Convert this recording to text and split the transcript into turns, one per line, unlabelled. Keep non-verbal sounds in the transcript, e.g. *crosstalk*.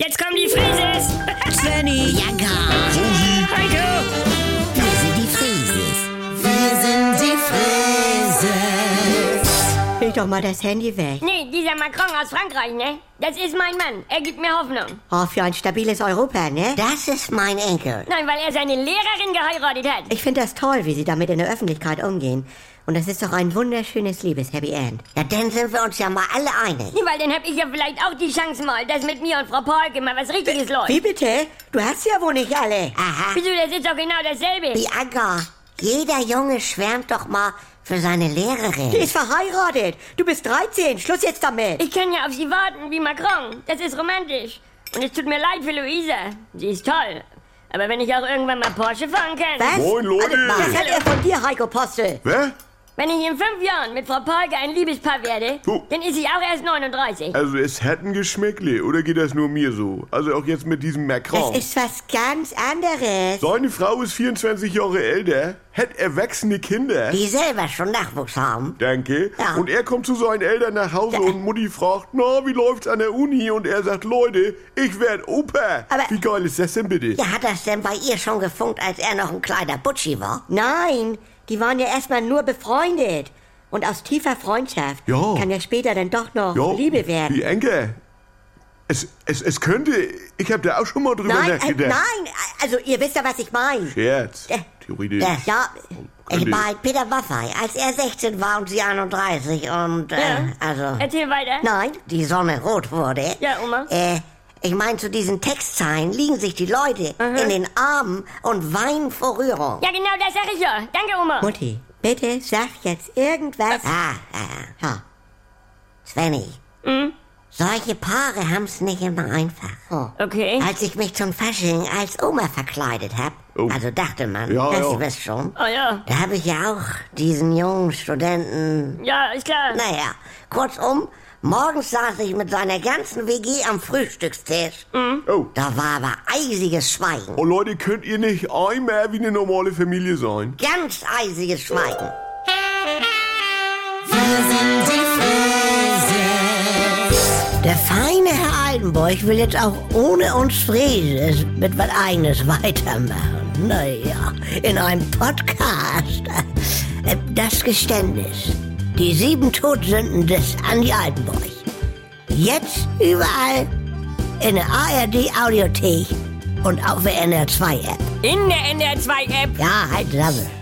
Jetzt kommen die *laughs* Frieses!
Svenny,
Ja, gar.
Heiko!
Wir sind die Frieses. Wir sind die Frieses.
leg doch mal das Handy weg.
Nee, dieser Macron aus Frankreich, ne? Das ist mein Mann. Er gibt mir Hoffnung.
Oh, für ein stabiles Europa, ne?
Das ist mein Enkel.
Nein, weil er seine Lehrerin geheiratet hat.
Ich finde das toll, wie sie damit in der Öffentlichkeit umgehen. Und das ist doch ein wunderschönes Liebes-Happy End.
Ja, dann sind wir uns ja mal alle einig.
Nee, weil dann hab ich ja vielleicht auch die Chance mal, dass mit mir und Frau Polke mal was Richtiges läuft.
Wie bitte? Du hast ja wohl nicht alle.
Aha.
Wieso, das ist doch genau dasselbe.
Bianca, jeder Junge schwärmt doch mal für seine
Die
Lehrerin.
ist verheiratet. Du bist 13. Schluss jetzt damit.
Ich kann ja auf sie warten, wie Macron. Das ist romantisch. Und es tut mir leid für Luisa. Sie ist toll. Aber wenn ich auch irgendwann mal Porsche fahren kann.
Was?
Moin, Leute.
Das hat er von dir, Heiko Postel.
Hä?
Wenn ich in fünf Jahren mit Frau Polke ein Liebespaar werde,
Oh.
dann ist sie auch erst 39.
Also es hat ein Geschmäckle, oder geht das nur mir so? Also auch jetzt mit diesem Macron.
Das ist was ganz anderes.
Seine Frau ist 24 Jahre älter, hat erwachsene Kinder.
Die selber schon Nachwuchs haben.
Danke.
Ja.
Und er kommt zu seinen Eltern nach Hause und Mutti fragt, na, wie läuft's an der Uni? Und er sagt, Leute, ich werd Opa.
Aber-
wie geil ist das denn bitte?
Ja, hat das denn bei ihr schon gefunkt, als er noch ein kleiner Butschi war?
Nein, die waren ja erstmal nur befreundet. Und aus tiefer Freundschaft
Ja.
kann ja später dann doch noch
Ja,
Liebe werden.
Wie Enke. Es, es, es könnte, ich hab da auch schon mal drüber
Nein, äh,
nachgedacht.
nein, also ihr wisst ja, was ich meine.
Scherz,
Äh,
theoretisch.
äh,
Ja,
Ich
Könnte-
bei Peter Maffay, als er 16 war und sie 31 und, äh,
Ja.
also,
Erzähl weiter.
nein,
die Sonne rot wurde.
Ja, Oma.
Äh, ich meine, zu diesen Textzeilen liegen sich die Leute in den Armen und weinen vor Rührung.
Ja, genau das sag ich ja. Danke, Oma.
Mutti, bitte sag jetzt irgendwas.
Ah, ah,
Ja.
Svenny.
Mhm.
Solche Paare haben's nicht immer einfach.
Okay.
Als ich mich zum Fasching als Oma verkleidet hab,
Oh.
also dachte man,
Ja,
das
ja.
ihr wisst schon,
Oh ja.
da habe ich ja auch diesen jungen Studenten
Ja, ist klar.
Naja, kurzum, morgens saß ich mit seiner ganzen WG am Frühstückstisch.
Oh.
Da war aber eisiges Schweigen.
oh Leute, könnt ihr nicht einmal wie eine normale Familie sein?
Ganz eisiges Schweigen. Der feine Herr Altenburg will jetzt auch ohne uns Frieses mit was Eigenes weitermachen. Naja, in einem Podcast. Äh, Das Geständnis. Die sieben Todsünden des Andi Altenburg. Jetzt überall in der ARD-Audiothek und auf der NR2-App.
In der NDR 2 App.
Ja, halt Sammel.